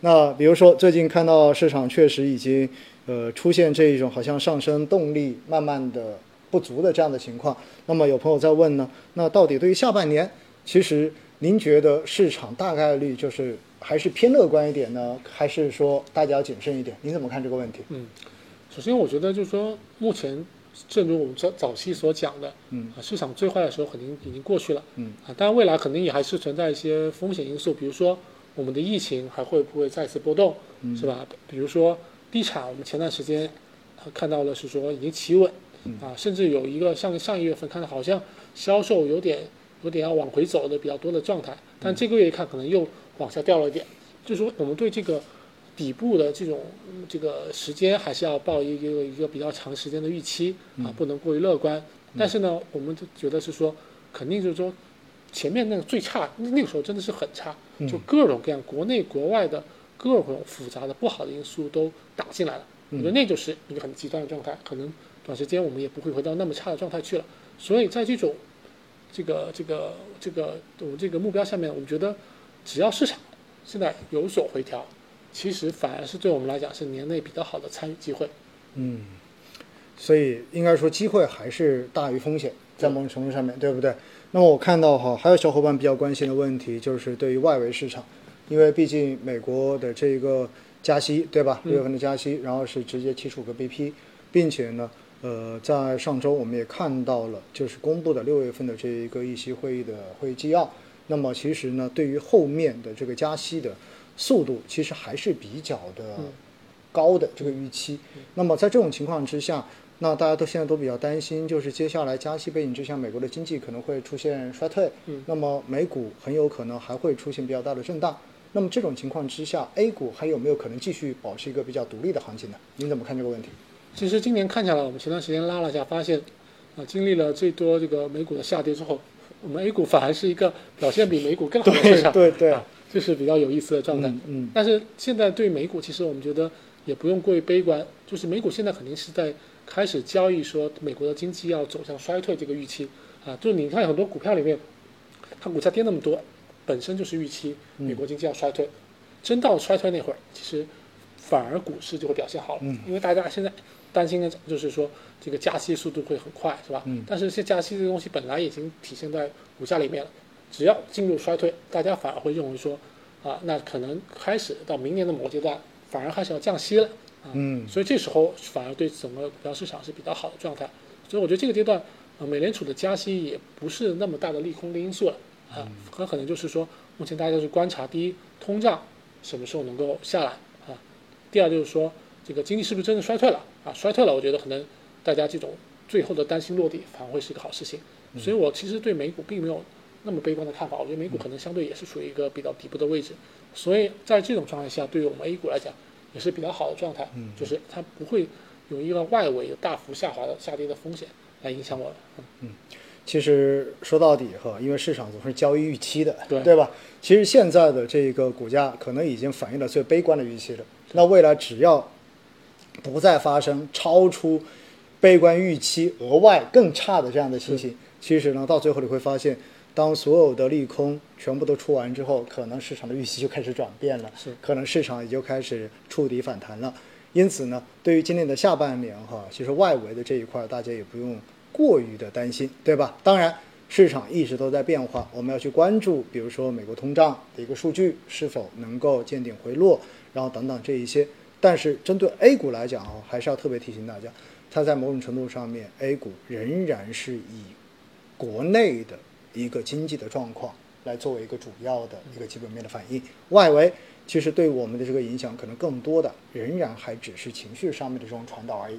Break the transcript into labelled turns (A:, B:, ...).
A: 那比如说最近看到市场确实已经呃出现这一种好像上升动力慢慢的不足的这样的情况，那么有朋友在问呢，那到底对于下半年，其实您觉得市场大概率就是还是偏乐观一点呢，还是说大家要谨慎一点？您怎么看这个问题？
B: 嗯，首先我觉得就是说，目前正如我们早早期所讲的，
A: 嗯
B: 啊，市场最坏的时候肯定已经过去了，
A: 嗯
B: 啊，当然未来肯定也还是存在一些风险因素，比如说我们的疫情还会不会再次波动，
A: 嗯
B: 是吧？比如说地产，我们前段时间呃看到了是说已经企稳，
A: 嗯
B: 啊，甚至有一个像上一月份看到好像销售有点有点要往回走的比较多的状态，
A: 嗯
B: 但这个月一看可能又往下掉了一点，就是说我们对这个底部的这种嗯这个时间还是要抱一个一个比较长时间的预期啊，不能过于乐观。但是呢，我们就觉得是说，肯定就是说，前面那个最差那那个时候真的是很差，就各种各样国内国外的各种复杂的不好的因素都打进来了。我觉得那就是一个很极端的状态，可能短时间我们也不会回到那么差的状态去了。所以在这种这个这个这个我们这个目标下面，我们觉得只要市场现在有所回调，其实反而是对我们来讲是年内比较好的参与机会。
A: 嗯，所以应该说机会还是大于风险，在某种程度上面，对不对？那么我看到哈，还有小伙伴比较关心的问题就是对于外围市场，因为毕竟美国的这个加息，对吧？六月份的加息，然后是直接七十五个 BP，并且呢，呃，在上周我们也看到了，就是公布的六月份的这一个议息会议的会议纪要。那么其实呢，对于后面的这个加息的速度，其实还是比较的高的这个预期。那么在这种情况之下，那大家都现在都比较担心，就是接下来加息背景之下，美国的经济可能会出现衰退，
B: 嗯
A: 那么美股很有可能还会出现比较大的震荡。那么这种情况之下，A 股还有没有可能继续保持一个比较独立的行情呢？您怎么看这个问题？
B: 其实今年看下来，我们前段时间拉了一下，发现啊、经历了最多这个美股的下跌之后，我们 A 股反而是一个表现比美股更好的市场，
A: 对对对
B: 啊，这是比较有意思的状态。
A: 嗯嗯
B: 但是现在对美股，其实我们觉得也不用过于悲观，就是美股现在肯定是在开始交易说美国的经济要走向衰退这个预期啊，就是你看很多股票里面，它股价跌那么多，本身就是预期
A: 嗯
B: 美国经济要衰退，真到衰退那会儿，其实反而股市就会表现好了，
A: 嗯
B: 因为大家现在担心的就是说这个加息速度会很快，是吧？
A: 嗯
B: 但是这加息这个东西本来已经体现在股价里面了，只要进入衰退，大家反而会认为说啊，那可能开始到明年的某阶段，反而开始要降息了啊，
A: 嗯
B: 所以这时候反而对整个股票市场是比较好的状态。所以我觉得这个阶段，呃，美联储的加息也不是那么大的利空的因素了啊，很可能就是说，目前大家就是观察，第一，通胀什么时候能够下来啊，第二就是说，这个经济是不是真的衰退了啊？衰退了，我觉得可能大家这种最后的担心落地，反而会是一个好事情。所以我其实对美股并没有那么悲观的看法，我觉得美股可能相对也是处于一个比较底部的位置。所以在这种状态下，对于我们 A 股来讲，也是比较好的状态，就是它不会有一个外围大幅下滑的下跌的风险来影响我们。嗯
A: 其实说到底哈，因为市场总是交易预期的，
B: 对
A: 吧？其实现在的这个股价可能已经反映了最悲观的预期了。那未来只要不再发生超出悲观预期额外更差的这样的情形，其实呢，到最后你会发现，当所有的利空全部都出完之后，可能市场的预期就开始转变了，
B: 是
A: 可能市场也就开始触底反弹了。因此呢，对于今年的下半年哈，其实外围的这一块大家也不用过于的担心，对吧？当然，市场一直都在变化，我们要去关注，比如说美国通胀的一个数据是否能够见顶回落，然后等等这一些。但是针对 A 股来讲啊，还是要特别提醒大家，它在某种程度上面，A 股仍然是以国内的一个经济的状况来作为一个主要的一个基本面的反应。外围其实对我们的这个影响，可能更多的仍然还只是情绪上面的这种传导而已，